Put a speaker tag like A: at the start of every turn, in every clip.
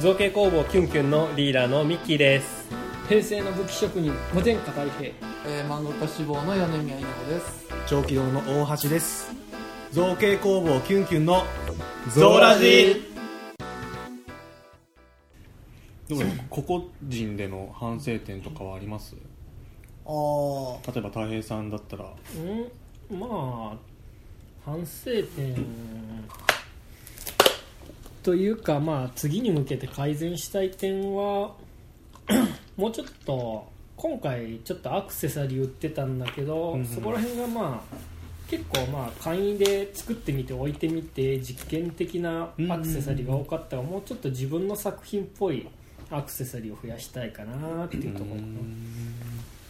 A: 造形工房キュンキュンのリーダーのミッキーです
B: 平成の武器職人御殿下太平
C: えー、漫画家志望の米宮稲穂です。
D: 長期堂の大橋です造形工房キュンキュンの
A: ゾーラジ
D: でも個々人での反省点とかはあります
C: あ
D: 例えばた平さんだったら
B: うんまあ反省点というかまあ次に向けて改善したい点はもうちょっと今回ちょっとアクセサリー売ってたんだけど、
D: うんうん
B: そこら辺がまあ結構まあ簡易で作ってみて置いてみて実験的なアクセサリーが多かったが、もうちょっと自分の作品っぽいアクセサリーを増やしたいかなっていうところかな。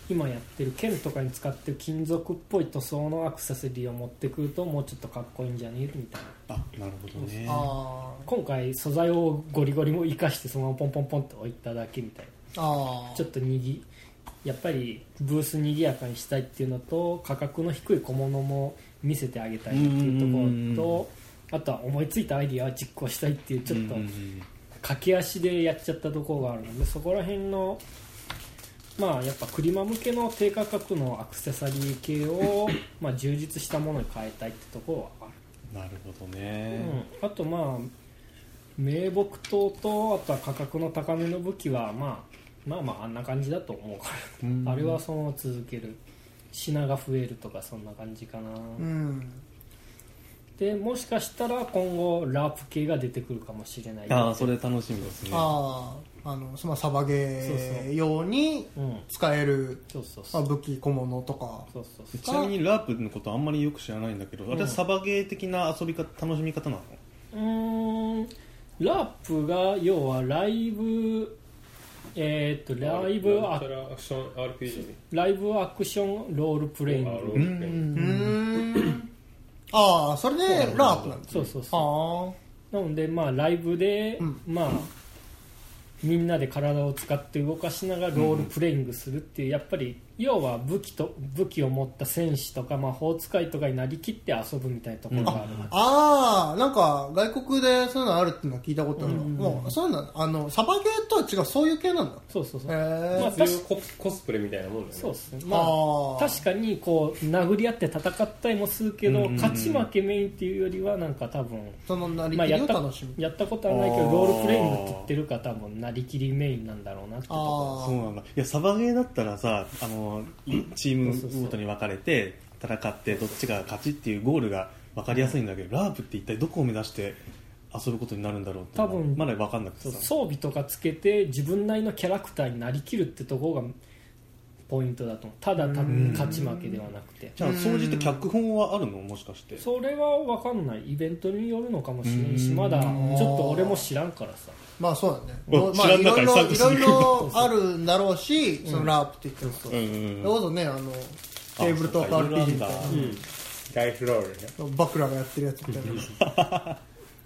B: 今やってる剣とかに使ってる金属っぽい塗装のアクセサリーを持ってくるともうちょっとかっこいいんじゃねえみたいな
D: あなるほどね
C: あ。あ
B: 今回素材をゴリゴリも生かしてそのままポンポンポンって置いただけみたい
C: あ。ああ。
B: なちょっとにぎやっぱりブースにぎやかにしたいっていうのと価格の低い小物も見せてあげたいっていうと
D: うんうん
B: ころとあとは思いついたアイディアを実行したいっていうちょっと
D: うんうん
B: 駆け足でやっちゃったところがあるのでそこら辺のまあやっぱクリマ向けの低価格のアクセサリー系 をまあ充実したものに変えたいってところは
D: うんなるほど
B: ある、
D: ね、
B: うん、あとまあ名木刀とあとは価格の高めの武器は、まあ、まあまああんな感じだと思うから、
D: うん
B: あれはそのまま続ける品が増えるとかそんな感じかな、
C: うん。
B: でもしかしたら今後ラープ系が出てくるかもしれない
D: ああそれ楽しみですね
C: ああ。あの、そのサバゲ
B: そうそう
C: ー用に
B: うん
C: 使える、
B: そうそうそ
C: まあ、
B: う
C: 武器、小物とか。
B: そうそうそう
D: ちなみにラープのことあんまりよく知らないんだけど、私サバゲー的な遊び方楽しみ方なの
B: うーんラップが要はライブえーっとライブ
A: ア
B: ア
A: クション RPG
B: ライブアクションロールプレイン
A: あロー
B: グ
A: ルプレイング
C: うーん。ああ、それで、ラープなんです。
B: そうそうそ
C: あ
B: うなのでまあライブで、
C: うん
B: まあみんなで体を使って動かしながらロールプレイングするっていう、やっぱり要は武器と武器を持った戦士とか魔法使いとかになりきって遊ぶみたいなところがある、
C: あ。ああ、なんか、外国でそういうのあるっていうのは聞いたことあるわ。
B: うん
C: もう、そういうの、あの、サバゲーとは違う、そういう系なんだ。
B: そうそうそう、
C: へえ。
B: まあ
A: 実用ココスプレみたいなもんだよね
B: そうですねまあ
C: ああ。
B: 確かにこう殴り合って戦ったりもするけど、
D: うんうんうん
B: 勝ち負けメインっていうよりはなんか多分、
C: そのなり
B: まあ、
C: き
B: や
C: り
B: っ
C: を
B: た
C: 楽しむ。
B: やったことはないけど
D: あー
B: ロールプレイングって言ってるから多分なりきりメインなんだろうなってとこ
C: あ
D: そうなんだいやサバゲーだったらさあのいチームごとに分かれて戦ってどっちが勝ちっていうゴールが分かりやすいんだけどラープって一体どこを目指して遊ぶことになるんだろうって
B: 多分
D: まだ分かんなく
B: そ
D: て
B: う
D: さ
B: 装備とかつけて自分なりのキャラクターになりきるってところがポイントだと思うただ多分勝ち負けではなくて
D: じゃあ掃除って脚本はあるのもしかして
B: それは分かんないイベントによるのかもしれんし
D: うん
B: まだちょっと俺も知らんからさ
C: まあそうだね。
D: うん
C: ま
D: 知
C: あ
D: らん中に参加
C: い
D: する
C: ろいろいろいろあるんだろうし、そのラープって言ってる
D: うんう
C: と。ど
D: ん
C: うぞね、あの、テーブルトーク RPG みたい
D: あ
A: うんライフロールね
C: な。バクラがやってるやつみたいな。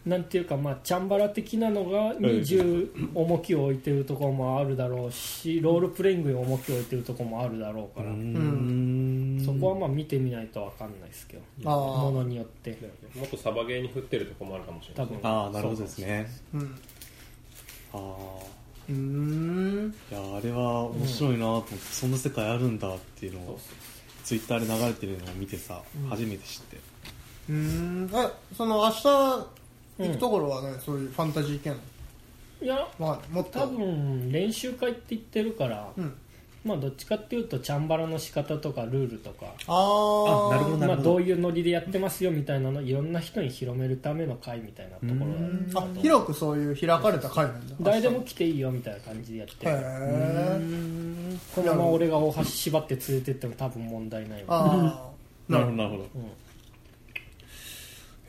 B: なんていうか、まあ、チャンバラ的なのが20重きを置いてるところもあるだろうしロールプレイングに重きを置いてるところもあるだろうから、
D: うん
B: そこはまあ見てみないと分かんないですけどもの
C: あ
B: によって
A: もっとサバゲーに振ってるとこもあるかもしれな
B: 多
A: い
B: 分
D: ああなるほどですね
C: あ。うん。
D: ああ
C: うーん。
D: いやあれは面白いなと思って、そんな世界あるんだっていうのをツイッターで流れてるのを見てさ、初めて知って
C: うーん。え、その明日行くところはね、そういうファンタジー系なの
B: いや
C: まあ、もっと。
B: 多分練習会って言ってるから、
C: うん。
B: まあ、どっちかっていうとチャンバラの仕方とかルールとか
C: ああ。
D: あなるほど
B: まあ、どういうノリでやってますよみたいなのいろんな人に広めるための会みたいなところ
D: うん
B: だ
C: あ、広くそういう開かれた会なんだ。
B: 誰でも来ていいよみたいな感じでやって
C: 明日。
B: る
C: へえ。
B: このまま俺が大橋縛って連れてっても多分問題ないわ
C: あ あ。
D: なるほどなるほど
B: うん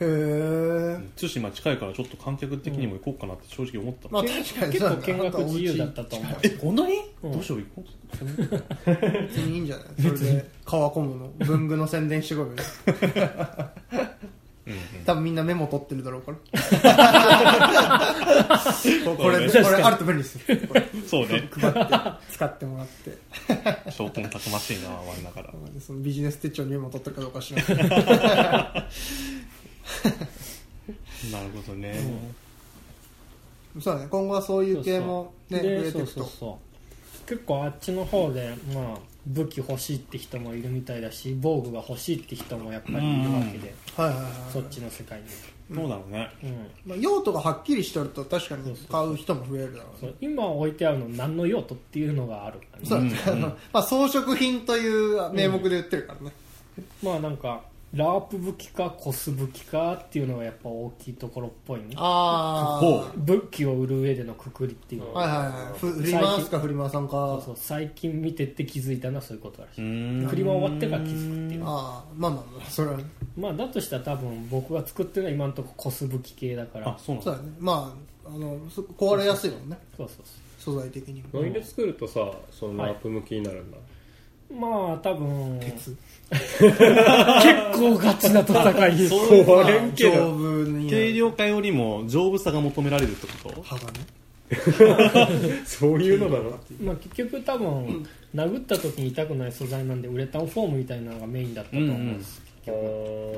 C: へえ。
D: 対馬近いからちょっと観客的にも行こうかなって正直思った、
C: まあ確かに
B: 結
C: そうだ
B: 構
C: ね
B: 見学自由だったと思う
D: えこんなに、
B: うん
D: どうしよう行こう
C: 別にいいんじゃないそれで川コムの文具の宣伝してこいよ多分みんなメモ取ってるだろうからこれ
D: そうね
C: これあると便利ですよこれ
D: そうね
C: 配って使ってもらって
D: 証拠もたくましいな我ながら
C: そのビジネス手帳にメモ取ったかどうか知らない
D: なるほどね、
C: そうだね今後はそういう系もね増
B: で
C: えて
B: そ
C: いうく
B: そう
C: と
B: そう結構あっちの方で、まあ、武器欲しいって人もいるみたいだし防具が欲しいって人もやっぱりいるわけで、
C: はいはいはい
B: そっちの世界に、
D: そうだろうね
B: うん、
C: まあ、用途がはっきりしてると確かに買う人も増えるだろう
B: そ
C: ね
B: う今置いてあるの何の用途っていうのがあるからね
C: そうだね、
D: うん
C: まあ装飾品という名目で売ってるからね、
B: まあなんかラープ武器かコス武器かっていうのがやっぱ大きいところっぽいね
C: ああ
D: ほ
B: 武器を売る上でのくくりっていうのは、
C: はいはいはいふ振り回すか振り回さんか
B: そうそう最近見てて気づいたのはそういうことらしい、
D: 振
B: 振り回終わってから気づくっていう
C: ああまあまあまあそれはね
B: まあだとしたら多分僕が作ってるのは今のところコス武器系だから
D: あそうなん
C: そう
D: だ
C: だねまああのそ壊れやすいもんね
B: そうそう
C: 素材的にも
A: なんで作るとさそのラップ向きになるんだ、
B: そうまあ多分 結構ガチな戦いです
D: そう
C: まあ
D: あれんけど
C: 丈夫に
D: 軽量化よりも丈夫さが求められるってこと
C: 刃がね
A: そういうのなの
B: まあ結局多分殴った時に痛くない素材なんでウレタンフォームみたいなのがメインだったと思うんです、
A: あーな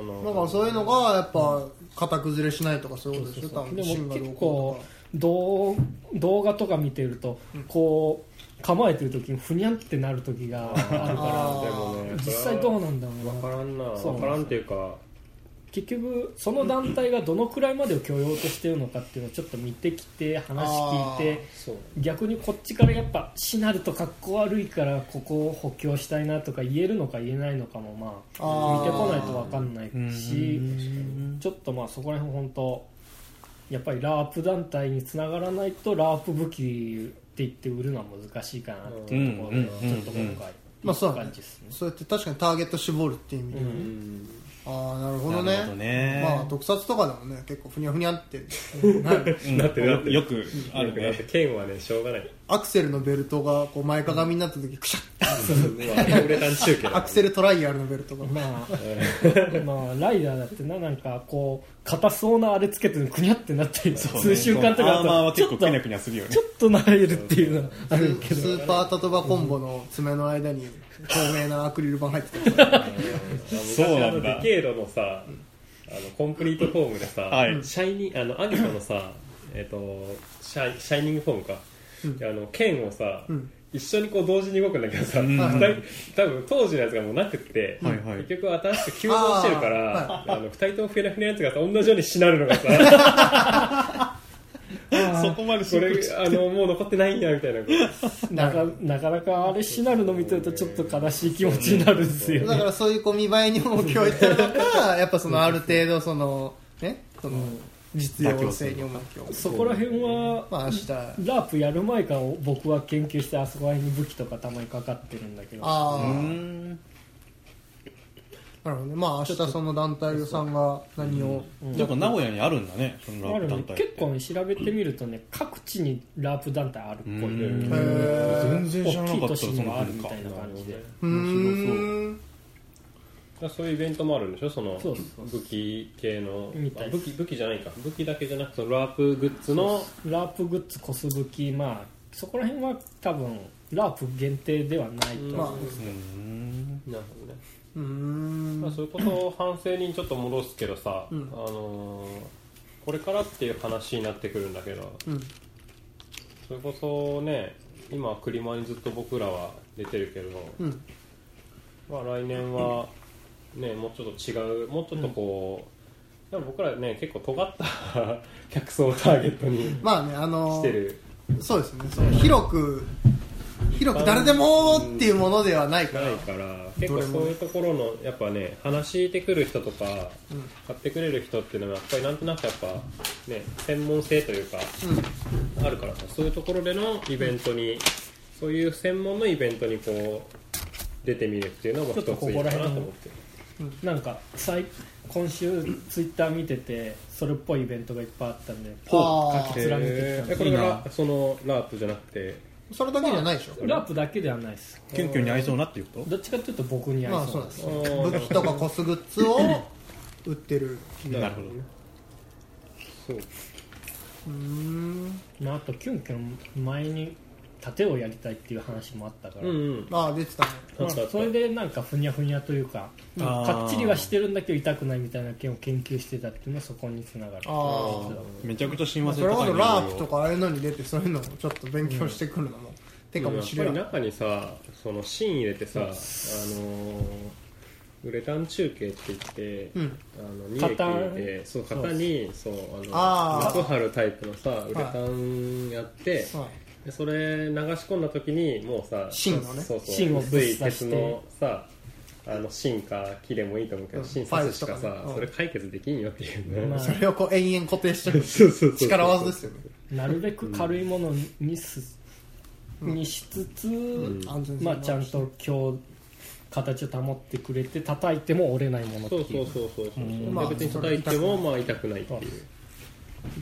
A: る
C: だ
A: ほ
C: からそういうのがやっぱ型崩れしないとかそういうことでし
B: そ
C: ょ
B: うそう
C: 多
B: そう
C: 分
B: で
C: シン
B: も
C: ガル
B: 結
C: を
B: 構
C: こう
B: 動動画とか見てるとこう構えてる時にふにゃんってなる時があるか
A: どでもね
B: ら実際どうなんだろう
A: 分か
B: な
A: らんな
B: そう
A: 分からんっていうか
B: 結局その団体がどのくらいまでを許容としてるのかっていうのをちょっと見てきて話聞いて
A: そう
B: 逆にこっちからやっぱしなると格好悪いからここを補強したいなとか言えるのか言えないのかもまあ
C: あー
B: 見てこないと分かんないし
D: うん
B: ちょっとまあそこら辺本当やっぱりラープ団体につながらないとラープ武器って言って売るのは難しいかなっていうところ
D: う
B: で
D: ん
B: ちょっと今回
C: まあそうだね
B: 感じですね。
C: そうやって確かにターゲット絞るっていう意味で、
B: うん
C: ああなるほ
D: な
C: ど
D: る
C: ね
D: ほどね
C: まあ特撮とかでもね結構ふにゃふにゃってなる
D: うん
A: だってだって
D: よくある
A: だって
D: ね
A: 剣はねしょうがない
C: アクセルのベルトがこう前かがみになった時クシャッ
A: ウレタン中継
C: アクセルトライアルのベルトが
B: まあ、まあライダーだってななんかこう硬そうなあれつけてるのくにゃってなったり
D: そうね
B: 数週間とか
D: アーマー
B: あ
D: は
B: とち
D: 結
B: ょ
D: 構
B: っと
D: くにゃくにゃするよね
B: ちょっと慣れるっていうのはあ
C: ス
B: るけど
C: ーパータトバコンボの爪の間に透明なアクリル板入ってた
D: そうなんだ
A: 昔あのデケードのさあのコンプリートフォームでさ、
D: はい
A: シャイニーあのアギトのさえっとシャイシャイニングフォームか、であの剣をさ、
C: ん
A: 一緒にこう同時に動くんだけどさ、
D: うん
A: 二人多分当時のやつがもうなくって、
D: はいはい
A: 結局新しく急増してるからあ、
C: あ
A: の二人ともフェラフェラのやつがさ同じようにしなるの がさ
D: そこまで
A: こ
D: しっくり
A: れあのもう残ってないんやみたいな
B: なかなかなかあれしなるの見てるとちょっと悲しい気持ちになるんですよ
C: だ
B: ね
C: からそういうこう見栄えにも強いたのかやっぱそのある程度そのねその実用性に重きを
B: そこら辺は
C: まあ明日
B: ラープやる前から僕は研究してあそこら辺に武器とかたまにかかってるんだけど
C: あ
D: う
C: あ
D: ん
C: なるほどねまあ明日その団体さんが何を
D: やっぱ名古屋にあるんだねその
B: あ
D: ラップ
B: るね
D: 団体って
B: 結構ね調べてみるとね各地にラープ団体あるっぽい
D: うん
C: へえ
D: 全然知ら
B: 大
D: な
B: き
D: か
B: い
D: った
B: 都市にもある
D: そ
B: み
D: の
B: たい
D: 文
B: な
D: 化
B: 感じで
C: うーん
A: そういうイベントもあるんでしょその
B: そうそう
A: 武器系の
B: みたい
A: あ武器武器じゃないか武器だけじゃなくてそのラープグッズの
B: ラープグッズコスブキまあそこら辺は多分ラープ限定ではないと、
C: まあ
D: うん
A: なるほどね
C: うーん
A: まあ、そういうことを反省にちょっと戻すけどさ、
C: うん
A: あのーこれからっていう話になってくるんだけど
C: うん
A: それこそね今クリマにずっと僕らは出てるけど、
C: うん
A: まあ、来年は、ね、もうちょっと違うもうちょっとこう、でも僕らね結構尖った 客層をターゲットに
C: まあねあの
A: してる
C: そうですねその広く広く誰でもっていうものではないから
A: ないから結構そういうところのやっぱね話してくる人とか
C: うん
A: 買ってくれる人っていうのはやっぱりなんとなくやっぱね専門性というか
C: うん
A: あるからさそういうところでのイベントに、そういう専門のイベントにこう出てみるっていうのも一ついいかなと思ってる
B: なんか最今週ツイッター見ててそれっぽいイベントがいっぱいあったんで
C: ほ
B: 書
C: う
B: き連ねてきたん
A: え
B: で
A: ーこれがそのラープじゃなくて
C: それだけじゃないでしょ
B: すラープだけではないです
D: 謙虚に合いそうなっていうこと
B: どっちかというと僕に
C: ま
B: 合
C: あ
B: いそ
C: そうう
B: なん
C: で
B: ですす、
A: あー
C: 武器とかコスグッズを売ってる
D: なるほどね
A: そう
C: うーん
B: まあ、あとキュンキュン前に盾をやりたいっていう話もあったから、
A: うんうん
C: ああ出てたね
B: まあ、それでなんかふにゃふにゃというか
D: あー
B: かっちりはしてるんだけど痛くないみたいな件を研究してたっていうのはそこにつながる
C: あー
B: 実は
D: めちゃくちゃ親
C: まあ
D: 和性
C: それこ
D: 高い
C: そ
D: ね
C: ラープとかああいうのに出てそういうのをちょっと勉強してくるのも、てかもしれ
A: やっ
C: ない
A: ぱり中にさその芯入れてさ、あのーウレタン中継って言って、
C: うん
A: あの2液入れてそう型にそうあ
C: あー
A: の膜張るタイプのさウレタンやって、
C: はい
A: でそれ流し込んだ時にもうさ
C: 芯をね
A: そうそう
B: 芯をぶ
A: 薄
B: っ刺し
A: い
B: て
A: 鉄のさあの芯か木でもいいと思うけど、
C: うん
A: 芯刺すしか
C: ファイル
A: さ
C: とかねうん
A: それ解決できんよっていうね、
B: まあ
C: それをこう延々固定してる
A: そうそうそうそう
C: 力技ですよね
B: なるべく軽いものにす、
C: うん
B: にしつつ、
A: ん
C: 安全性
B: ま
C: も
B: あ、
C: るし
B: ちゃんと今日形を保ってくれて叩いても折れないものって
A: そ
B: いうう
A: そうそうそうそう、
B: うん
A: まあ、別に叩いてもまあ痛くないっていう、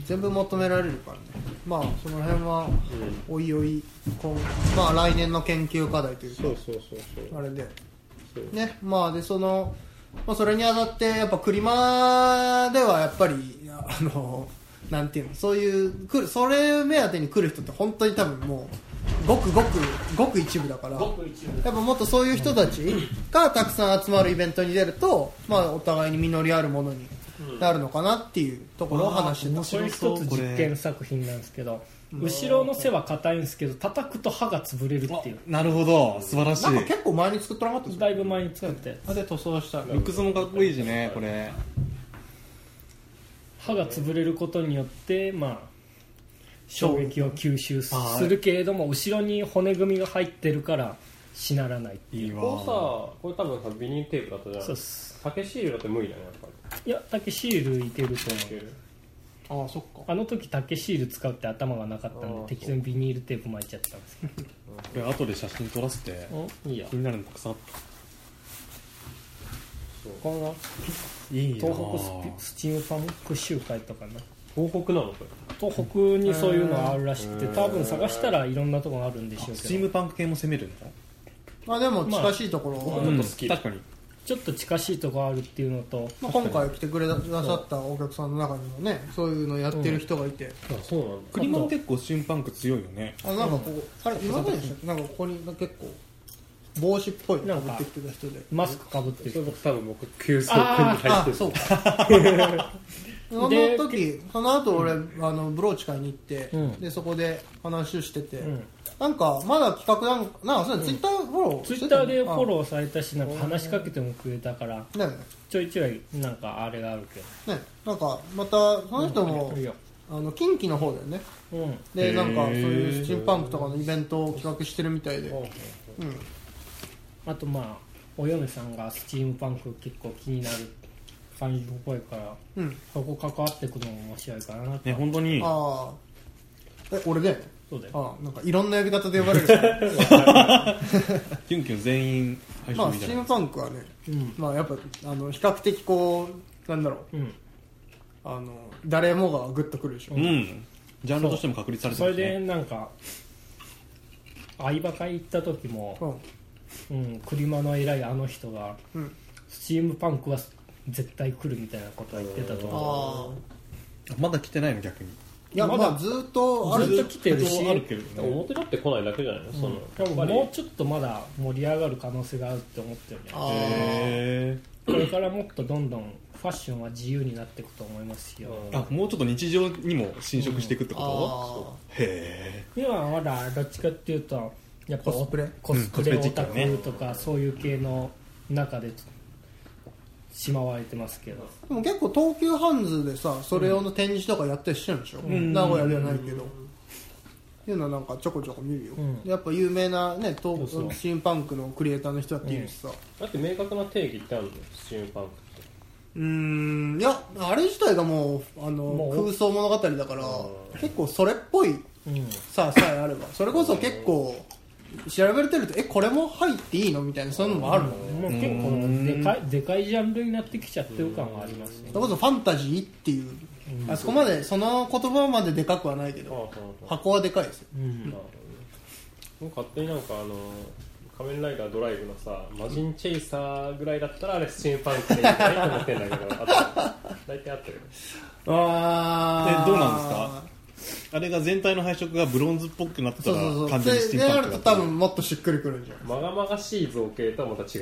C: 全部求められるからねまあその辺は
A: うん、
C: おいおい今まあ来年の研究課題というか
A: そうそうそうそう
C: あれで
A: そう
C: ねまあでその、まあ、それにあたってやっぱクリマではやっぱりああのなんていうのそういう来るそれ目当てに来る人って本当に多分もうごくごくごく一部だから
B: ごく一部
C: やっぱもっとそういう人たちがたくさん集まるイベントに出ると、まあ、お互いに実りあるものになるのかなっていうところを話してた、
B: これ一つ実験作品なんですけど後ろの背は硬いんですけど叩くと歯が潰れるっていう
D: なるほど素晴らしい
C: なんか結構前に作ってなかったですか
B: だいぶ前に作って
D: あで塗装したルックスもかっこいいしねこれ
B: 歯が潰れることによってまあ衝撃を吸収す
D: はい
B: するけれども後ろに骨組みが入ってるからしならないっていう
D: いい
A: こうさ
D: わ
A: これ多分さビニールテープだったじゃん
B: そうっす
A: 竹シールだって無理だねやっぱ
B: いや竹シールいけると思う
A: りいける
C: ああそっか
B: あの時竹シール使うって頭がなかったん
A: あー
B: で適当にビニールテープ巻いちゃったんですけ
D: これ後で写真撮らせて
B: どいいや
D: 気になるのたくさんあっ
B: この
D: たいいな
B: 東北スピスチームパンク集会とかな
A: 東北なのこ
B: 東北にそういうのあるらしくて
A: うん
B: 多分探したらいろんなとこがあるんでしょう
D: スチ
B: け
D: ーム
B: ど
D: パンク系も攻めるんだ
C: まあでも近しいところは、
A: まあ
C: ま
A: う
C: あ
A: んちょっと好き
D: 確かに
B: ちょっと近しいとこあるっていうのと
C: 今回来てくれなさったお客さんの中にもねそういうのやってる人がいて、
A: れあそうなんだ
D: クリマン結構スチームパンク強いよね
C: あなんかこうあれ今まででしたっけなんかここに結構帽子っぽいの持ってきてた人で
B: マスクかぶって
A: それ
B: る
A: 僕多分僕急速に入ってる
C: あそう かあの
B: で
C: 時その後俺、あのブローチ会に行って、
B: うん
C: でそこで話をしてて、
B: ん
C: なんかまだ企画なんかなんかそれツイッターフォロー
B: ツイッターでフォ
C: ー
B: ローされたしなんか話しかけてもくれたから
C: ね
B: ちょいちょいなんかあれがあるけど
C: ねなんかまたその人も、
B: いいよ
C: あの近畿の方だよね
B: うん
D: へ
C: で
D: ー
C: なんかそういうスチームパンクとかのイベントを企画してるみたいで、うん、
B: あとまあお嫁さんがスチームパンク結構気になる感じの声から
C: うん、
B: そこ関わってくのも面白いかなって
D: ね本当に
C: ああえ俺だよね
B: そうだよ
C: ああなんかいろんな呼び方で呼ばれ るから
D: キュンキュン全員配
C: ま
D: 信
C: あ
D: み
C: ス
D: た
C: チ
D: い
C: ーム
D: な
C: パンクはね
B: うん
C: まあやっぱあの比較的こうなんだろう
B: うん
C: あの誰もがグッとくるでしょ、
D: うんジャンルとしても確立されて
B: それ
D: るし
B: で
D: ね
B: なんか相葉会行った時
C: う
B: も、
C: ん
B: うん、車の偉いあの人が
C: うん、
B: スチームパンクは絶対来るみたいなことは言ってたと思
C: ああ
D: まだ来てないの逆に
C: いや
B: ま
C: ま
B: だ
C: だずっとあ
B: う
C: る
B: ずっと来てるし
D: あるけどね
A: 表立って来ないだけじゃないのその
B: うでも
A: やっ
B: もうちょっとまだ盛り上がる可能性があるって思ってるね
C: あ
D: へー
B: これからもっとどんどんファッションは自由になっていくと思いますよ、
A: ぱり
D: あもうちょっと日常にも侵食していくってこ
C: あ
D: とへ
B: 今はまだどっちかっていうとやっぱ
C: コスプレ
B: コスプレ
D: う
B: オ
D: んコスプレチック
B: タ
D: だね
B: クとかそういう系の中でしまわれてますけど
C: でも結構東急ハンズでさそれ用の展示とかやったりしてるんでしょ、
D: ん
C: 名古屋ではないけど、っていうのはなんかちょこちょこ見るよ、
B: うん
C: やっぱ有名なね東
B: そうそう
C: シームパンクのクリエイターの人だっているしさ
A: だって明確な定義ってあるのスチームパンクって
C: うーんいやあれ自体がもうあ
B: も
C: の
B: う
C: 空想物語だから
A: うん
C: 結構それっぽい
B: うん
C: ささえあればそれこそ結構調べてるとえこれも入っていいのみたいなそういうのもあるもんね
B: もう結構でかいでかいジャンルになってきちゃってる感があります
C: そ
B: よ
C: れこそファンタジーっていう、あそこまでその言葉まででかくはないけ
A: ああ
C: ど
A: ああああ
C: 箱はでかいですよ
B: うん
A: なるほどねもう勝手になんかあの仮面ライダードライブのさマジンチェイサーぐらいだったらあれスチームパンクでいいんじゃないと思ってんだけどあと大体合ってる
C: あ
D: ーえどうなんあれが全体の配色がブロンズっぽくなってた
C: そう
D: ら
C: そうそう
D: 完全にス
C: で
D: ティ
C: で
D: ームパンクだ
C: やると
D: った
C: 多分もっとしっくりくるんじゃない
A: まがまがしい造形とはまた違う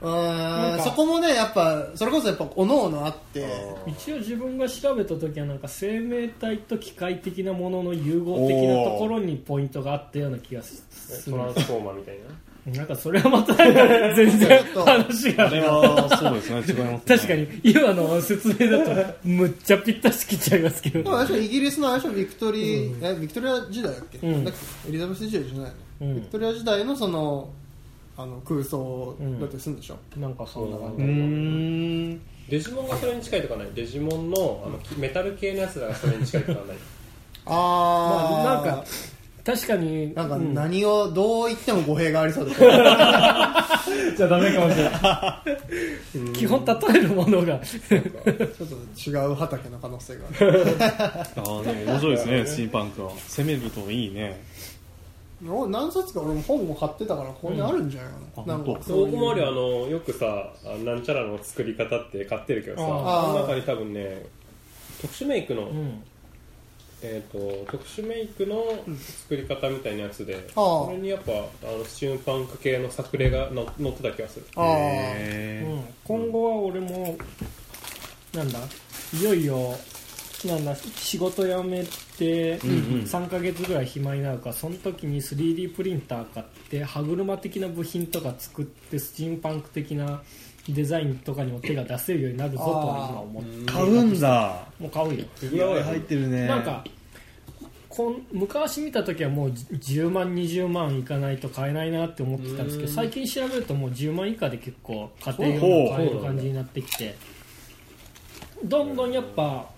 C: う
B: なんんか
C: そこもねやっぱそれこそやっぱおのおのあって
B: 一応自分が調べた時はなんか生命体と機械的なものの融合的なところにポイントがあったような気がす
A: ね
B: す
A: ト
B: る
A: ランスフォーマーみたいな
B: なんかそれはまたなんか全然
C: ちょっと
B: 話
D: あ
B: が
D: れはそうですね違いますね
B: 確かに今の説明だとむっちゃぴったしきっちゃいますけ
C: でも
B: ど、
C: あれでしょイギリスのあれでしょビクトリー、えビクトリア時代だっけ、
B: うん
C: だっけエリザベス時代じゃないの、
B: うん
C: ビク、トリア時代のそのあの空想だってするんでしょ、
B: なんかそんな感
D: う
B: じ
D: ーん
A: デジモンがそれに近いとかないデジモンのあのきメタル系のやつらがそれに近いとかない
C: あ
B: まあ
C: ー、
B: なんか確かに
C: なんか
B: うん
C: 何をどう言っても語弊がありそうだけど
A: じゃあダメかもしれない
B: 基本例えるものが
C: ちょっと違う畑の可能性がある
D: ああね面白いですねスティームパンクは攻めるといいね
C: お何冊か俺も本を買ってたからここにあるんじゃないかな,、
D: うんあ
C: なん
D: 本
C: か
D: 当
A: そう僕もあ
C: あ
A: るよあのよくさあなんちゃらの作り方って買ってるけどさ
B: あ
C: ー
A: あの中に多分ね特殊メイクの、
B: うん
A: えー、と特殊メイクの作り方みたいなやつで、
C: あ
A: それにやっぱあのスチュームパンク系の作例がの載ってた気がする
C: あー
D: へ
B: う
D: ー
B: ん、今後は俺もなんだいよいよなんだ仕事辞めて
D: んうん
B: 3ヶ月ぐらい暇になるからその時に 3D プリンター買って歯車的な部品とか作ってスチームパンク的なデザインとかにも手が出せるようになるぞとは今思って
D: 買うんだ
B: もう買うよ
A: フィギュアは
D: 入ってるね
B: なんかこん昔見た時はもう10万20万いかないと買えないなって思ってたんですけど
A: うん
B: 最近調べるともう10万以下で結構家庭用の買える感じになってきてどんどんやっぱ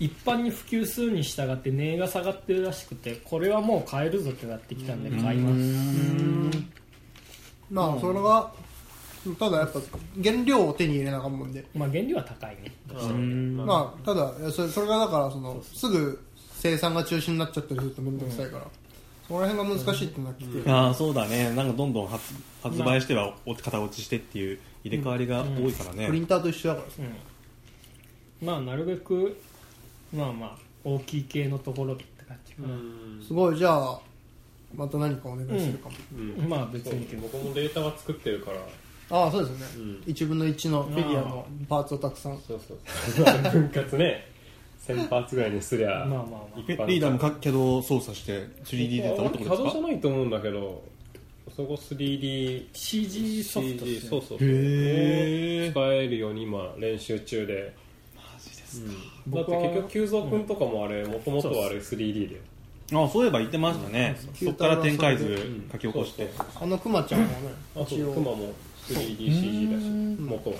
B: 一般に普及するに従って値が下がってるらしくてこれはもう買えるぞってなってきたんで買います
C: まあ、それがただやっぱ原料を手に入れなあかんもんで
B: まあ原料は高いね
A: うんまあ
C: まあただいやそれそれがだからそのすぐ生産が中止になっちゃったりすると面倒くさいから、そこら辺が難しいっていうのは聞く、
D: ああそうだねなんかどんどん発発売してはお片落ちしてっていう入れ替わりが多いからね、
C: プリンターと一緒だからさ
B: うんまあなるべくまあまあ大きい系のところって感じかな
C: すごいじゃあまた何かお願いするかも、
A: うん
B: まあ別
A: そう
B: にけど
A: 僕もデータは作ってるから
C: ああそうですよね、
A: うん
C: 1分の1のフィギュアのパーツをたくさん
A: そうそうそう分割ね1000パーツぐらいにすり
B: ま
A: ゃ
B: あまあまあ
D: えリーダーもか CAD を操作して 3D データをってことで
A: 稼働
D: す
A: じ
D: か
A: ゃないと思うんだけどそこ 3D
B: CG ソフトっすね
A: CG そうそう
D: へー
A: 使えるように今練習中で
D: マジです
A: だって
B: 僕は
A: 結局久蔵君とかもあれもともとはあれ 3D で
D: あそういえば言ってましたね、そこから展開図書き起こして、
A: そう
C: あのクマちゃんはね
A: そうあと
C: 一応
A: クマも 3DCG だし元は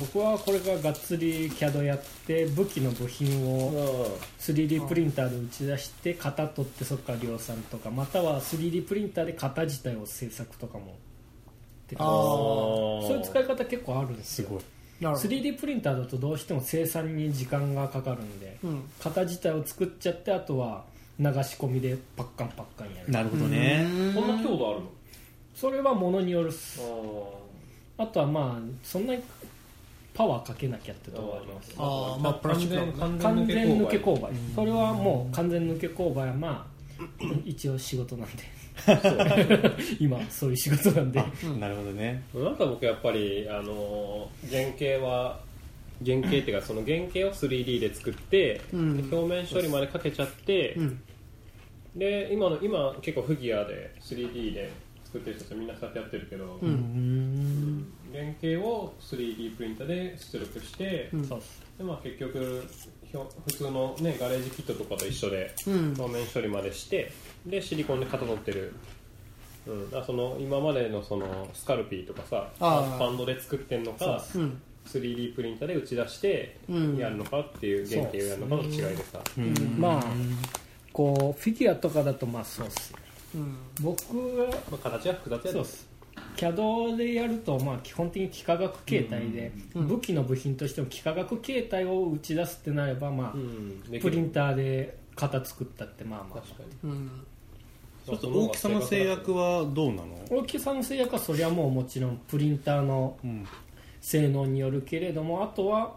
B: 僕はこれががっつり CAD やって武器の部品を
A: う
B: 3D プリンターで打ち出して型取ってそっから量産とかまたは 3D プリンターで型自体を制作とかもでき
C: あ
B: ま
A: ー
B: すそういう使い方結構あるんです
D: す
B: よ
D: ごい
C: なるほど、
B: 3D プリンターだとどうしても生産に時間がかかるんで
C: うん、
B: 型自体を作っちゃってあとは流し込みでパッカンパッカンやる
D: なるほどね
A: こんな強度あるの
B: それはものによるっすあとはまあそんなにパワーかけなきゃってところあります
C: あーまあプラスチックだもんね
B: 完全抜け
A: こ
B: 勾配それはもう完全抜け勾配はまあ一応仕事なんで 今そういう仕事なんで
D: あなるほどね
A: なんか僕やっぱりあのー原型は原型っていうかその原型を 3D で作って、
C: うん
A: で表面処理までかけちゃって、
C: うん
A: で今の今結構フィギュアで 3D で作ってる人たちみんなそうやってやってるけど、
C: うん
A: 原型を 3D プリンターで出力して、
C: うん
B: そうっす
A: でまあ、結局ひょ普通の、ね、ガレージキットとかと一緒で
C: うん
A: 表面処理までしてでシリコンで型取ってる、うん、だからその今までのそのスカルピーとかさ
C: あー
A: バンドで作ってんのか
B: そ
C: うん
A: 3D プリンターで打ち出して
C: うん
A: やるのかっていう原型をやるのかの違いでさ、
D: うん
B: まあこうフィギュアとかだとまあそうっすね
C: うん
B: 僕が
A: まあ、形は複雑や
B: そうっす CAD でやるとまあ基本的に幾何学形態で
C: うん
B: 武器の部品としても幾何学形態を打ち出すってなればま
A: うん、で
B: あ
A: きる
B: プリンターで型作ったってまあまあ
A: 確かに
C: うん
D: ちょっと大きさの制約はどうなの、
B: 大きさの制約はそりゃもうもちろんプリンターの
D: うん、
B: 性能によるけれどもあとは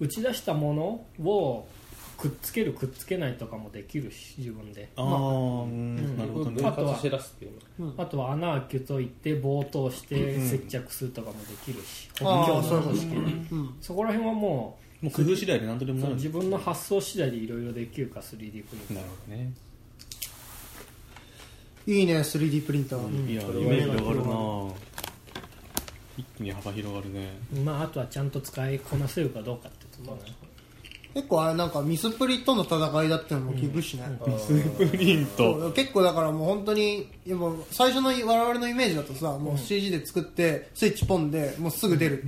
B: 打ち出したものをくっつけるくっつけないとかもできるし自分で
D: あー、うん、なるほど
A: 分
D: ね
B: あとは
A: 割して出すっていうの
C: うん
B: あとは穴開けといて棒通して
D: うん
B: 接着するとかもできるし、
C: あ
B: 補
C: あそういうこと
B: 強
C: ですね
B: 式
C: うん
B: そこら辺はも
D: もう工夫次第で何とで
B: う
D: も
B: そ
D: な
B: の
D: る
B: 自分の発想次第でいろいろできるか 3D プリンター
D: なるほどね、
C: いいね 3D プリンター、
B: ん
D: いや
A: これは
D: 夢広がるな一気に幅広がるね
B: まあ、あとはちゃんと使いこなせるかどうかってところだね
C: 結構あれなんかミスプリとの戦いだってのも聞くしね、
D: プリン
C: そ
D: ト
C: う結構だからもう本当にやっぱ最初の我々のイメージだとさもう CG で作ってスイッチポンでもうすぐ出る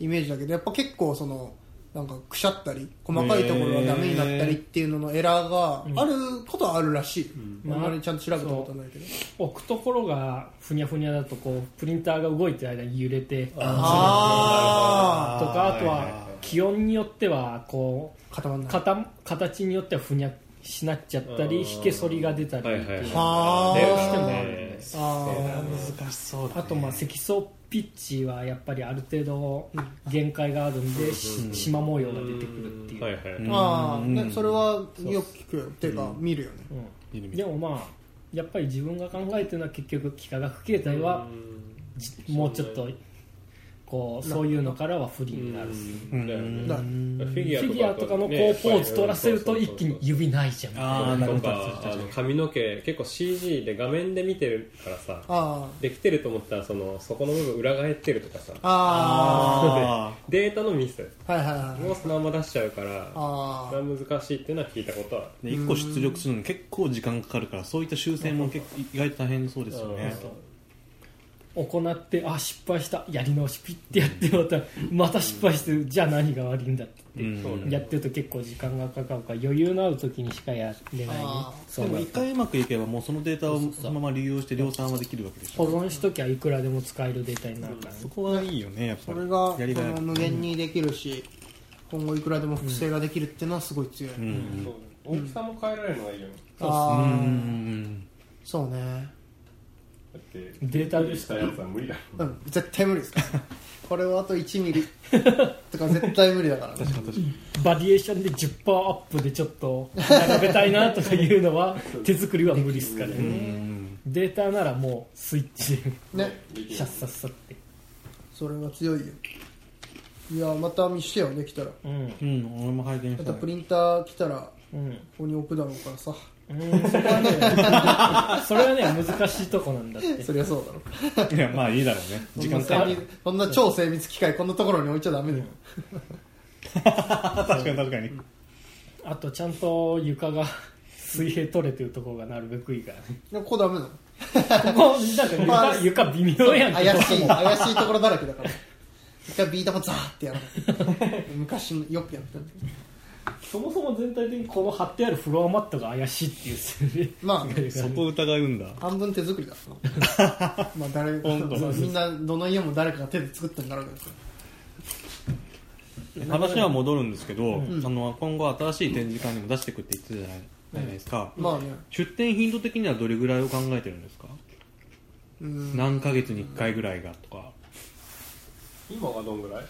C: イメージだけどやっぱ結構そのなんかくしゃったり細かいところがダメになったりっていうののエラーがあることはあるらしい、
B: うん
C: あんまりちゃんと調べたことはないけど、
B: 置くところがふにゃふにゃだとこうプリンターが動いてる間に揺れてとか
C: あ
B: あと
D: はいはい
B: は気温によってはこ
C: あ固まん
B: う
C: ない
B: 形形によってはふにゃしなっちゃった
A: う
B: り
A: ん
B: ひけそりが出たりっていう
C: はあ
A: はね
B: あ
C: あ
D: 難しそうだ、ね、
B: あとまあ積層ピッチはやっぱりある程度限界があるんでし縞模様が出てくるっていう、
A: はいはい、
D: うん
C: ああ、
D: うん
C: ね、それはよく聞くよっていうか見るよね、
B: う
D: 見る
B: ん
D: 見
B: で
D: る
B: もまあやっぱり自分が考えてるのは結局幾何学形態はじもうちょっとこうそういうのからは不利になる
D: うん
A: だよね
C: だ
A: フィギ
B: フィギュ
A: ュ
B: ア
A: ア
B: と
A: と
B: か
A: か
B: のこうポ
A: ね
B: ーズ取らせると一気に指ないじゃん
D: ああなる
A: と
D: ほど
A: かあの髪の毛結構 CG で画面で見てるからさ
C: あ
A: できてると思ったらそのそこの部分裏返ってるとかさ
C: ああ
D: あ
A: データのミス
C: あはいはいはい
A: もうそのまま出しちゃうから
C: あ
A: そ
C: あ
A: れは難しいっていうのは聞いたことは
D: ーで1個出力するのに結構時間かかるからそういった修正も結構意外と大変そうですよね
B: 行ってあ失敗したやり直しピッてやってまたまた失敗してじゃあ何が悪いんだって
D: う
B: 言っ
A: そう
B: て
A: ね
B: やってると結構時間がかかるから余裕のある時にしかやれないね
C: あー
B: そ
D: で
B: うな
D: も
B: る
D: 一
B: と
D: 回うまくいけばもうそのデータをそのまま利用して量産はできるわけでし
B: 保
D: ょ
B: 存しときゃいくらでも使えるデータになるからね
D: そこはいいよねやっぱ
C: そ
D: り
C: れが
D: やりがい
C: その無限にできるし今後いくらでも複製ができるっていうのはすごい強い、
D: うんうん
A: そう大きさも変えられるのがいいよね
D: う
C: ああ、
D: ん
C: そうね
A: だって
B: データで
A: したやつは無理だ
C: うん絶対無理ですからこれはあと1ミリとか絶対無理だからね
D: 確かに確かに
B: バリエーションで10%アップでちょっと並べたいなとかいうのは手作りは無理ですから
D: う
B: ね
D: ん
B: データならもうスイッチで
C: ね
A: できる
B: シャッサッサって
C: それは強いよいやまた見してよね来たら
B: うん
D: うん俺も拝見
C: ま
D: したた
C: プリンター来たら
B: うん
C: ここに置くだろうからさ
B: うんそれはねそれはね難しいとこなんだって
C: そりゃそうだろ
D: いやまあいいだろうね 時間かか
C: そん
D: る
C: なそんな超精密機械こんなところに置いちゃダメだよ、
D: あ確かに確かに
B: あとちゃんと床が水平取れてるところがなるべくいいからね
C: でもここダメだよ
B: ここなんか
C: こは
B: 床床微妙やん
C: 怪しい怪しいところだらけだから一回ビー玉ザーってやる昔のよくやったんだけど
B: そもそも全体的にこの貼ってあるフロアマットが怪しいっていう数字
C: まあ
D: そこ疑うんだ
C: 半分手作りだ なまあ誰
D: 本当
C: みんなどの家も誰かが手で作ったんだろうけどさ
D: 話は戻るんですけど、あの今後新しい展示会にも出していくって言ってたじゃない,、ですか、
C: まあね
D: 出店頻度的にはどれぐらいを考えてるんですか、
C: うん
D: 何ヶ月に1回ぐらいがとか、
A: 今はどんぐらい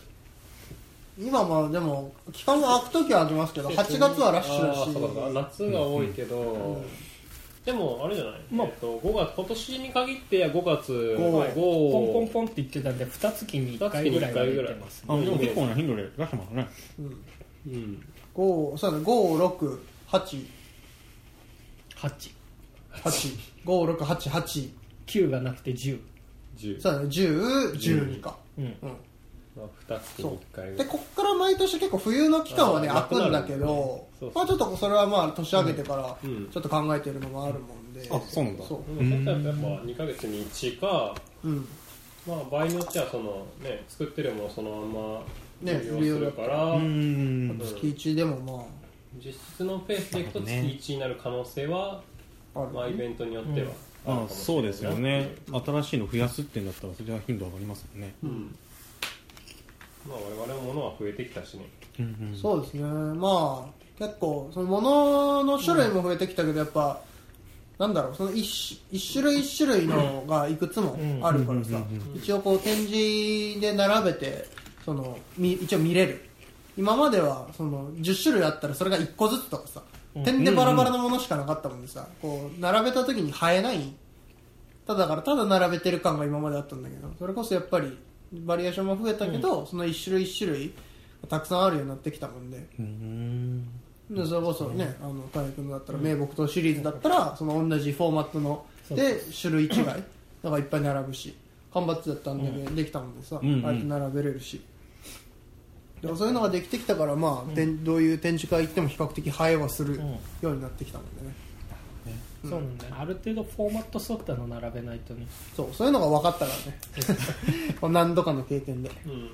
C: 今まあでも期間が空く時は空きますけど8月はラッシュだ
A: あーそうだ
C: し
A: な夏が多いけど、でもあれじゃない、
B: まあ
A: えっと、5月今年に限ってや5月
C: 五
A: 5
B: ポンポンポンって言ってたんで2月に1回ぐらいは出てます
D: あでも結構な頻度で出してますね
A: うん
C: 5そうだね5688 5688
B: 89がなくて10、
A: 10
C: そうだね1012か、
B: うん、
C: うん、
A: まあ、2つに1回ぐら
C: で
A: い
C: こっから毎年結構冬の期間はね
A: あ
C: 開
A: ー
C: くんだけど、
A: そう
C: ま
A: そう
C: あちょっとそれはまあ年明けてから
A: うんうん
C: ちょっと考えてるのもあるもんで、
D: あそうなんだ
C: そ
A: でもそうやったらやっぱ2ヶ月に1か、
C: ううん
A: まあ、場合によってはその、ね、作ってるものをそのまま
C: ね
A: 利用するから、
D: うん
A: うん
C: 月一でも
A: 実質のペースでいくと月
D: なるほどね
A: 1になる可能性は、
C: まあある、
A: まあ、イベントによってはあるか
D: あ
A: もしれ
D: そ
A: な
D: う
A: い
D: ですよね新しいの増やすってんだったらそれは頻度上がりますよね、
A: うんまあ我々ものは増えてきたしね
D: うん
C: そうですねまあ結構その物の種類も増えてきたけどやっぱ、なんだろうその一種一種類一種類のがいくつもあるからさ、
D: うんうんうん
C: 一応こう展示で並べてそのみ一応見れる今まではその10種類あったらそれが1個ずつとかさ
B: うん
C: 点でバラバラのものしかなかったもんでさこう並べた時に生えないただだからただ並べてる感が今まであったんだけどそれこそやっぱりバリエーションも増えたけど、その1種類1種類がたくさんあるようになってきたもんで
D: うん
C: でそれこそねあの太陽君だったら名木とシリーズだったらその同じフォーマットの
B: そう
C: で種類違いだからいっぱい並ぶし缶バッジだったんで、できたもんでさ、
D: うんうん
C: あれ並べれるしでもそういうのができてきたからまあ、てんどういう展示会行っても比較的映えはする
B: ん
C: ようになってきたもんでね
B: そうなんだよある程度フォーマット沿ったの並べないとね
C: そうそういうのが分かったか らねこう何度かの経験で
A: うん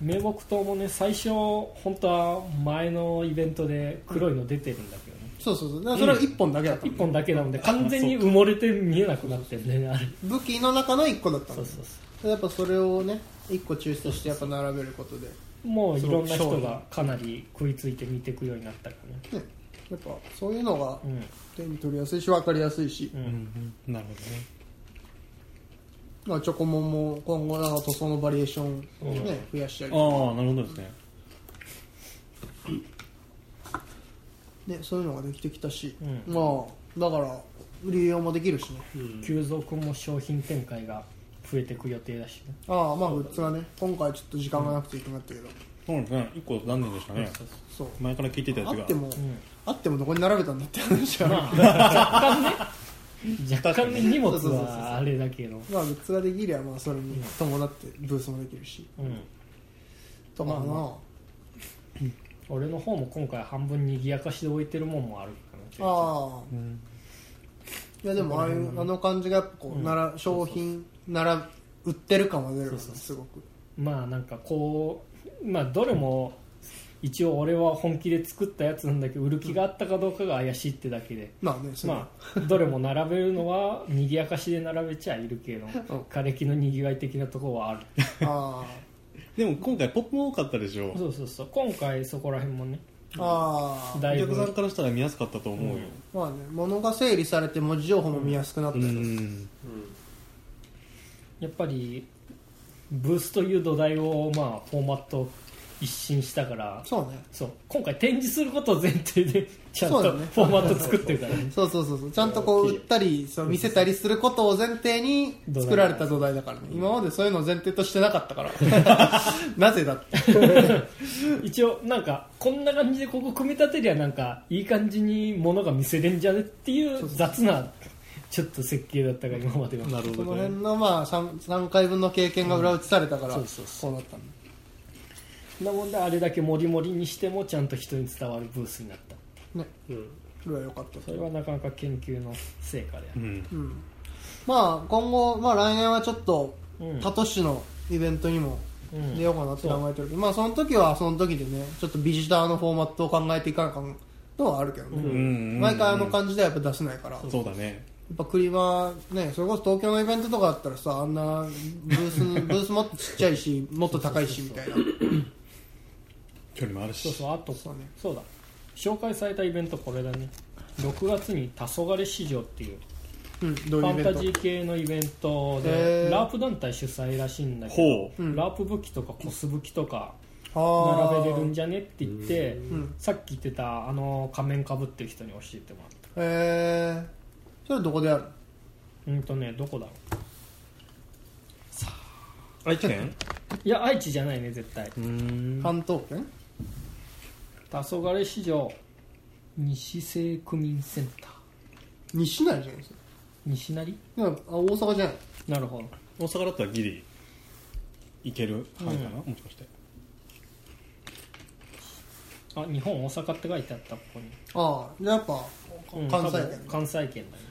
B: 名木刀もね最初本当は前のイベントで黒いの出てるんだけどね
C: そうそうそうだからそれは1本だけだったもん
B: 1
C: ね
B: 本だけなので完全に埋もれて見えなくなってるねあれ
C: 武器の中の1個だっ
B: そ
C: たも
B: うん
C: ね
B: そうそ
C: やっぱそれをね1個抽出してやっぱ並べることで
B: うもういろんな人がかなり食いついて見てくようになったか
C: ね、やっぱそういうのが
B: らね
C: 手に取りやすいし分かりやすいし
B: う、んう
D: うんんなるほどね
C: まあ、チョコモンも今後なんか塗装のバリエーションをね、
B: うん
C: 増やしたり
D: ああなるほどですね
C: ねそういうのができてきたし、
B: う
C: まあだから利用もできるしね
A: うん
B: 急蔵君も商品展開が増えていく予定だしね
C: ああまあグッズはね今回ちょっと時間がなくていくなったけど、
D: そうですね一個残念でしたね
C: そう
D: 前から聞いてたやつ
C: あ
D: が
C: っても、
B: うん
C: あってもどこに並べたんだって話は、
B: ま
C: まあ、
B: あ若
D: 確か
B: 干ね若干
D: に
B: ね
D: ね
B: 荷物
C: そうそうそうそう
B: はあれだけど
C: グッズができりゃまあそれに伴ってブースもできるし、
B: うん
C: とかな、
B: まあま俺の方も今回半分にぎやかしで置いてるもんもあるかなちょい
C: ああ
D: うん
C: いやでもああいうあの感じがやっぱこう、なら商品なら売ってる感は出るよねすごく
B: まあなんかこうまあどれも一応俺は本気で作ったやつなんだけど売る気があったかどうかが怪しいってだけで、
C: まあねそれ
B: まあどれも並べるのは賑やかしで並べちゃいるけど枯れ木のにぎわい的なところはある
C: あ
D: でも今回ポップも多かったでしょ
B: そうそうそう今回そこら辺もね
C: ーあー
B: だ
D: お
B: いぶ
D: 客さんからしたら見やすかったと思うよ
C: まあね物が整理されて文字情報も見やすくなった
D: う
C: よね
D: ん
B: やっぱりブースという土台をまあフォーマット一新したから
C: そうね
B: そう今回展示することを前提で ちゃん
C: そう
B: と
C: だね
B: フォーマット作ってるからね
C: そうそうそうそうちゃんとこう売ったりそう見せたりすることを前提に
B: 土台
C: 作られた土台だからね今までそういうのを前提としてなかったから なぜだって
B: 一応なんかこんな感じでここ組み立てりゃなんかいい感じに物が見せれんじゃねっていう雑なちょっと設計だったが今までは
D: なる
C: そ
D: ほ
C: の
D: どね
C: 辺のまあ 3, 三回分の経験が裏打ちされたから、
B: うん
C: そ
B: そうう
C: なったんだ
B: なもんであれだけモリモリにしてもちゃんと人に伝わるブースになった
C: ね
A: うん
C: それは良かった
B: それはなかなか研究の成果であ
D: う
B: る、
D: ん
C: うんまあ今後、まあ、来年はちょっと
B: うん
C: 他都市のイベントにも
B: うん
C: 出ようかなって考えてるけど、まあその時はその時でねちょっとビジターのフォーマットを考えていかなあかんのはあるけどね、
D: うん
C: 毎回あの感じではやっぱ出せないから、やっ
D: そうだね
C: ぱ栗はねそれこそ東京のイベントとかだったらさあんなブース ブースもっとちっちゃいしもっと高いしみたいな
D: 距離もある
B: そう
D: し
B: そうあと
C: そうね
B: そうだ紹介されたイベントこれだね6月に「黄昏市場」っていう
C: うんど
B: フ
C: ういう
B: ァ
C: イベ
B: ンタ
C: ント
B: ジー系のイベント
C: へ
B: で
C: ー
B: ラープ団体主催らしいんだけ
D: ほ
B: ど、ラープ武器とかコス武器とか
C: あー
B: 並べれるんじゃねって言って
C: うん
B: さっき言ってたあの仮面かぶってる人に教えてもらった
C: えー、それはどこでやるの
B: うんとねどこだろ
D: 愛知県
B: ういや愛知じゃないね絶対
D: うん
C: 関東圏
B: 黄昏市場西西区民センター
C: 西成じゃないですか
B: 西成
C: いやあ大阪じゃない
B: なるほど
D: 大阪だったらギリ行ける範囲かなもしかして
B: あ日本大阪って書いてあったここに
C: ああじゃあやっぱ
B: うん
C: 関西圏
B: 多分関西圏だね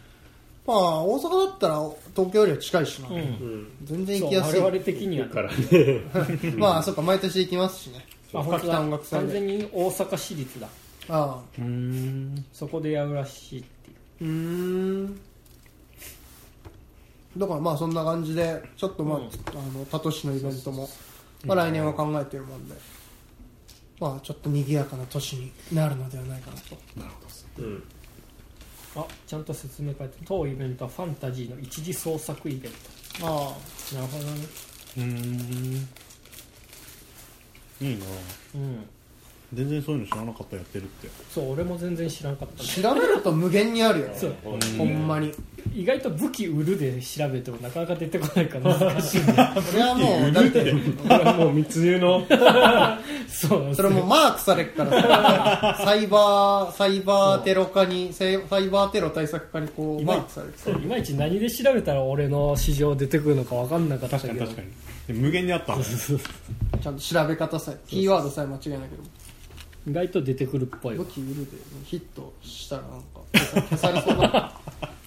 C: まあ大阪だったら東京よりは近いしな、
B: うん
A: うん
C: 全然
B: そ
C: 行
B: う
C: きやすい
B: 我々的には
A: だからね
C: まあそっか毎年行きますしね
B: あ本当
C: 北音
B: だ
C: 楽祭で
B: 完全に大阪市立だ
C: ああ
D: うん
B: そこでやるらしいっていう
C: うーんだからまあそんな感じでちょっとまあ,、
B: うん
C: あの他都市のイベントも、まあ、来年は考えてるもんで、まあちょっと賑やかな都市になるのではないかなと
A: うん
B: あちゃんと説明書いて当イベントはファンタジーの一時創作イベン
C: あ
B: トなるほどね
D: うんいいな
B: うん
D: 全然そういうの知らなかったやってるって
B: そう俺も全然知らなかった
C: 調べると無限にあるよね
B: そう
C: ほんまに
B: 意外と武器売るで調べてもなかなか出てこないから難しいんだよ
C: それはもうだって
A: これはもう密輸の
B: そうなんです
C: そ
B: よ
C: れもうマークされるからさ サイバーサイバーテロ化にサイサイバーテロ対策課にこう
B: 今
C: マークされる
B: そういまいち何で調べたら俺の市場出てくるのか分かんなかった
D: 確
B: け
D: か
B: ど
D: に確かにで無限にあ った
C: ちゃんと調べ方さえキーワードさえ間違いないけど
B: 意外と出てくるっぽい
C: 武器売るでヒットしたらなんか消さ消されそうな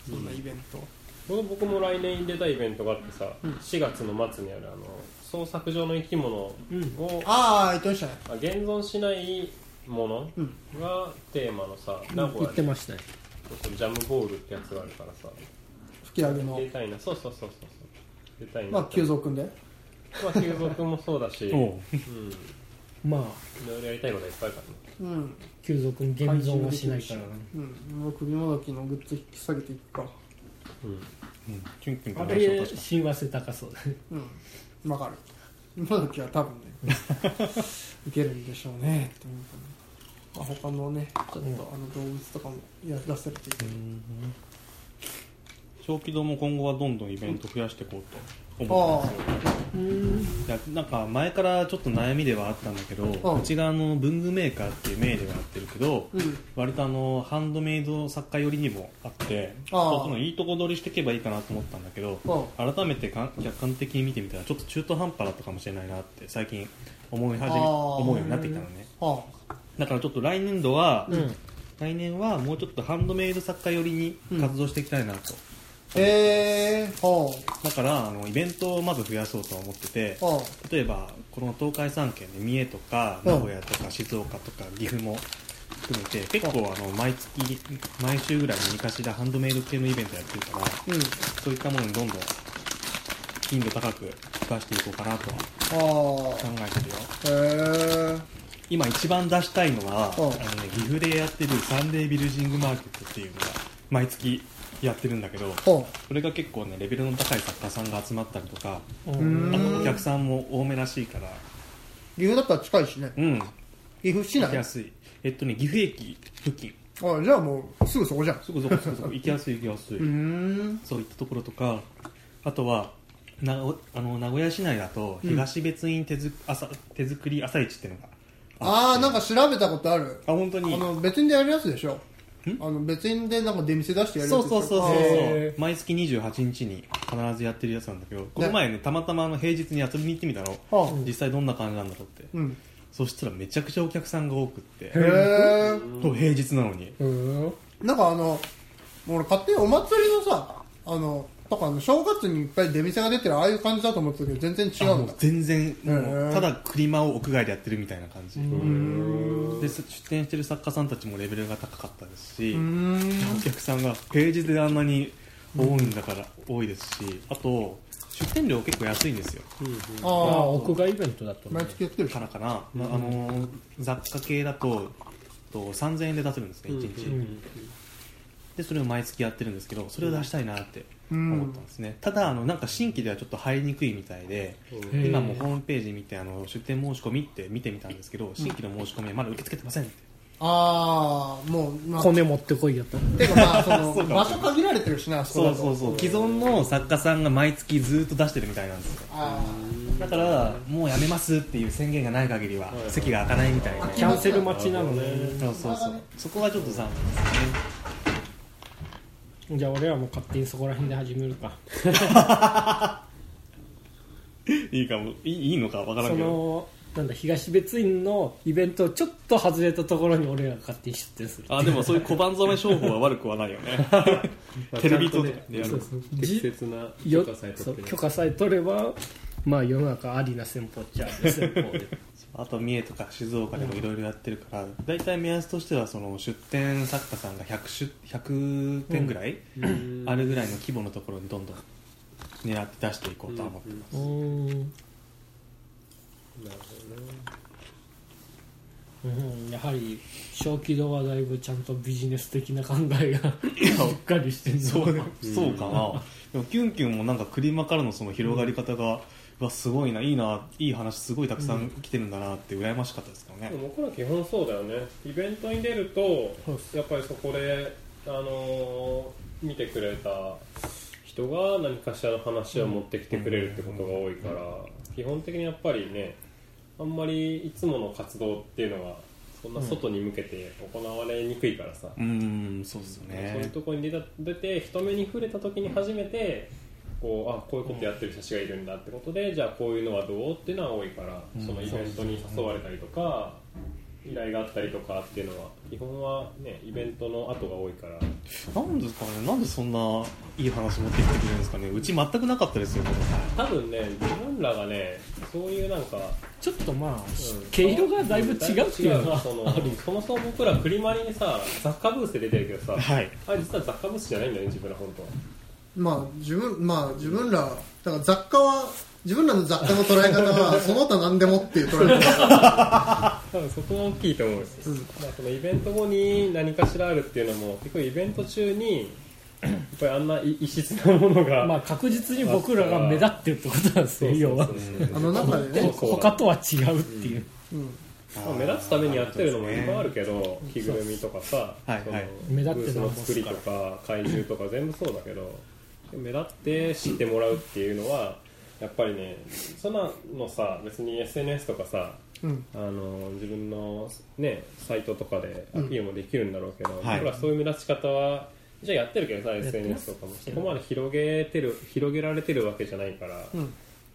C: そんなイベント
A: 僕も来年出たイベントがあってさ、4月の末にあるあの創作上の生き物を、
C: ああ言ってましたね
A: あ現存しないもの
C: うん
A: がテーマのさ、名古
B: 言
A: 屋
B: って
A: で
B: ましたね
A: ジャムボールってやつがあるからさ
C: 吹き上げの
A: 出たいなそうそうそうそう出たいな
C: まあ
A: と
C: 久蔵君で
A: まあ急族もそうだし、うん、い
D: おう
B: まあ
A: ろいろやりたいことはいっぱいあるから
C: う
A: ね
C: ん
B: 久蔵君現存はしないからな
C: うんもう首もどきのグッズ引き下げていくか
D: うんキュンキュン
B: あ
D: と話を
B: れ
D: 確か
B: 親和性高そうだね
C: うんわかる今時は多分ねいけるんでしょうねって思うかな、まあ、他のねちょっとあ
B: う
C: の
B: ん
C: 動物とかもや出せるといいけど
D: に小規堂も今後はどんどんイベント増やしていこうと思
C: あ
D: ってますいやなんか前からちょっと悩みではあったんだけど、うちがあの文具メーカーっていう名ではやってるけど、
C: あうん
D: 割とあのハンドメイド作家寄りにもあって
C: ああ
D: そっちのいいとこ取りしていけばいいかなと思ったんだけど改めてか客観的に見てみたらちょっと中途半端だったかもしれないなって最近思い始め
C: ああ
D: 思うようになってきたのね
C: あ
D: だからちょっと来年度は、来年はもうちょっとハンドメイド作家寄りに活動していきたいなと、
C: えー、は
D: だからあのイベントをまず増やそうとは思ってて
C: あはあ
D: 例えばこの東海3県で三重とか
C: うん
D: 名古屋とか静岡とか岐阜も含めて結構あの毎月毎週ぐらい何かしらハンドメイド系のイベントやってるから
C: うん
D: そういったものにどんどん頻度高く出していこうかなとは
C: あ
D: 考えてるよ
C: あへえ
D: 今一番出したいのはあ
C: うん
D: の、ね、岐阜でやってるサンデービルジングマーケットっていうのが毎月やってるんだけど
C: ほ
D: それが結構ねレベルの高い作家さんが集まったりとか
C: ううん
D: あとお客さんも多めらしいから
C: 岐阜だったら近いしね
D: うん
C: 岐阜市
D: 行き
C: 内
D: やすいえっとね岐阜駅付近
C: あじゃあもうすぐそこじゃん
D: そこそこそこそこ行きやすい行きやすい、
C: うーん
D: そういったところとかあとはなおあの名古屋市内だと東別院手づ、朝手作り朝市っていうのが
C: ああなんか調べたことある
D: あ本当に
C: あの別にでやるやつでしょあの別にでなんか出店出してやるや
D: そ
C: つ
D: う
C: でし
D: そ
C: ょ
D: うそうそう
B: へー
D: 毎月28日に必ずやってるやつなんだけどこの前ねたまたまあの平日に遊びに行ってみたの
C: ああ
D: 実際どんな感じなんだろうって、
C: うん
D: そしたらめちゃくちゃお客さんが多くって
C: へえ
D: と平日なのに
B: うん
C: なんかあのもう俺勝手にお祭りのさあのとかあの正月にいっぱい出店が出てるああいう感じだと思ってたけど全然違うんだ
D: あの全然も
C: へ
D: う
C: え
D: ただ車を屋外でやってるみたいな感じ
C: ん
D: で出店してる作家さんたちもレベルが高かったですし
C: うーん
D: お客さんが平日であんなに多いんだから多いですしあと出店料結構安いんですよ
C: あ
B: ああ
C: あ
B: 屋外イベントだとね
C: 毎月やってる
D: からかな、まああのー雑貨系だとと3000円で出せるんですね1日、でそれを毎月やってるんですけどそれを出したいなって思ったんですね、ただあのなんか新規ではちょっと入りにくいみたいで
B: へー
D: 今もホームページ見てあの出店申し込みって見てみたんですけど新規の申し込みはまだ受け付けてませんって
C: ああもうまあ
B: 米持ってこいやと
C: てかま あその場所限られてるしなあそこ
D: そ
C: だ
D: う
C: と
D: そうそう既存の作家さんが毎月ずっと出してるみたいなんですよ
C: あ
D: だからもうやめますっていう宣言がない限りは席が開かないみたいな
B: キャンセル待ちなのね
D: そうそうそうそこはちょっと残念ですね
B: じゃあ俺らも勝手にそこら辺で始めるか
D: いいかもいいいいのかわから
B: そ
D: んけど
B: のなんだ東別院のイベントをちょっと外れたところに俺らが勝手に出店する
D: あでもそういう小判染め商法は悪くはないよ ね
A: まあ
D: テレビ
A: ちゃん
D: と
A: ね
D: かでやる
A: 適切な許
B: よ
A: 可さえ
B: そ
A: 取
B: う
A: って
B: 許可さえ取ればまあ世の中ありな戦法っちゃあり戦法で
D: あと三重とか静岡でもいろいろやってるから大体目安としてはその出店作家さんが 100, 種100点ぐらい、あるぐらいの規模のところにどんどん狙って出していこうとは思ってます、
B: うーん
A: なる
B: うんやはり小規度はだいぶちゃんとビジネス的な考えがしっかりしてる
D: そうそうかな、でもキュンキュンもなんか車からのその広がり方がうわすごいないいないい話すごいたくさん来てるんだなって羨ましかったですけどね
A: で、も僕ら基本そうだよねイベントに出ると
C: そうっす
A: やっぱりそこで、あのー見てくれた人が何かしらの話を持ってきてくれるってことが多いから、基本的にやっぱりねあんまりいつもの活動っていうのがそんな外に向けて行われにくいからさ、
D: うんそうですよ
A: そういう
D: ね
A: ところに出た出て人目に触れた時に初めてこうあこういうことやってる人たちがいるんだってことで、じゃあこういうのはどうっていうのは多いから、
D: うん
A: そのイベントに誘われたりとか、依頼があったりとかっていうのは基本はねイベントの後が多いから
D: なんですかねなんでそんないい話持ってきてくれるんですかねうち全くなかったですよね
A: 多分ね自分らがねそういうなんか、
B: ちょっとまあ、
A: うん
B: 毛色がだいぶ違うっていうのは
A: だぶ違うそのそもそも僕らクリマリにさ雑貨ブースで出てるけどさ、
D: はい
A: あれ実は雑貨ブースじゃないんだよね自分ら本当は。
C: まあ自分まあ自分らだから雑貨は自分らの雑貨の捉え方はその他何でもっていう捉 え方
A: 多分そこが大きいと思うし、
C: うん
A: まあ、そのイベント後に何かしらあるっていうのも結構イベント中にやっぱりあんな異質なものが、
B: まあ確実に僕らが目立ってるってことなんです
A: そう
B: よ
A: そうそう
B: 要は
C: あの中でね、
A: そう
B: 他とは違うっていう、
C: うん、
A: まあ目立つためにやってるのもいっぱいあるけど、着ぐるみとかさ、
D: はい
A: その
D: はい
B: 目立ってなん
A: ブー
B: ぼっ
A: スの
B: す
A: 作
B: か
A: り
B: ら
A: とか怪獣とか全部そうだけど目立って知ってもらうっていうのはやっぱりねそんなのさ別に SNS とかさ
C: うん、
A: あの自分の、ね、サイトとかでアピールもできるんだろうけど、
D: はい
A: 僕らそういう目立ち方はじゃあやってるけどさ SNS とかもそこまで広げてる広げられてるわけじゃないから、
C: うん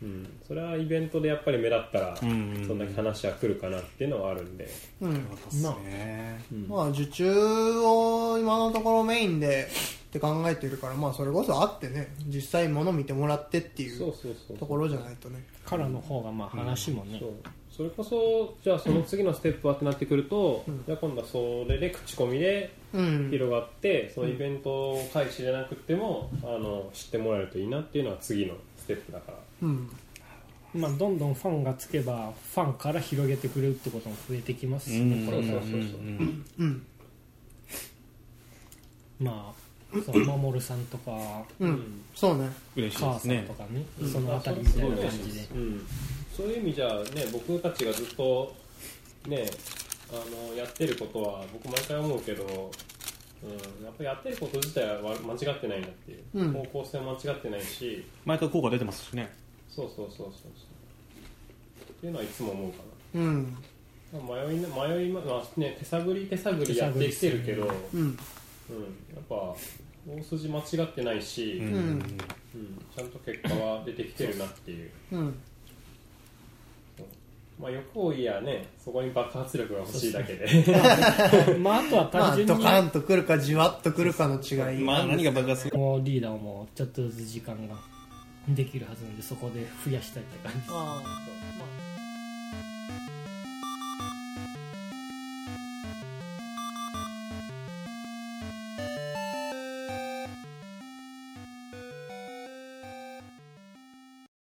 A: うんそれはイベントでやっぱり目立ったら、
D: うんうんうん
A: そんだけ話は来るかなっていうのはあるんで、
C: うん
D: そうですね
C: まあ受注を今のところメインでって考えてるからまあそれこそあってね実際物見てもらってってい
A: そううそうそう
C: ところじゃないとね
B: からの方がまあ話もね、
A: そうそれこそじゃあその次のステップはってなってくると、
C: ん
A: じゃあ今度はそれで口コミで
C: うん
A: 広がって、そのイベント開始じゃなくてもあの知ってもらえるといいなっていうのは次のステップだから。
C: うん
B: まあ、どんどんファンがつけばファンから広げてくれるってことも増えてきますし、ねこれは
A: そうそうそうそうん
C: うん
B: まあその守さんとか
C: うんそうね
D: 嬉しいで
B: 母
D: す
B: さん
D: ね
B: とかねその辺りみたいな感じで
A: うん、そういう意味じゃね僕たちがずっとねあのやってることは僕毎回思うけど、うん、やっぱやってること自体はわ間違ってないなっていう、
C: うん
A: 方向性も間違ってないし
D: 毎回効果出てますしね
A: そうそうそうそうそうっていうのはいつも思うか
C: うん
A: な迷いな迷いま、まあね、手探り手探りやってきてるけど、
C: うん
A: うん、やっぱ大筋間違ってないし、
D: う
A: うん
D: ん
A: ちゃんと結果は出てきてるなっていう。
C: うん
A: まあ、欲を言やねそこに爆発力が欲しいだけで
B: まああとは
C: まあ
B: 単純
C: ド
B: に
C: カンとくるかじわっとくるかの違い
D: まあ何が爆発する
B: もうリーダーもちょっとずつ時間ができるはずなんでそこで増やしたいって感じ
C: ああまあ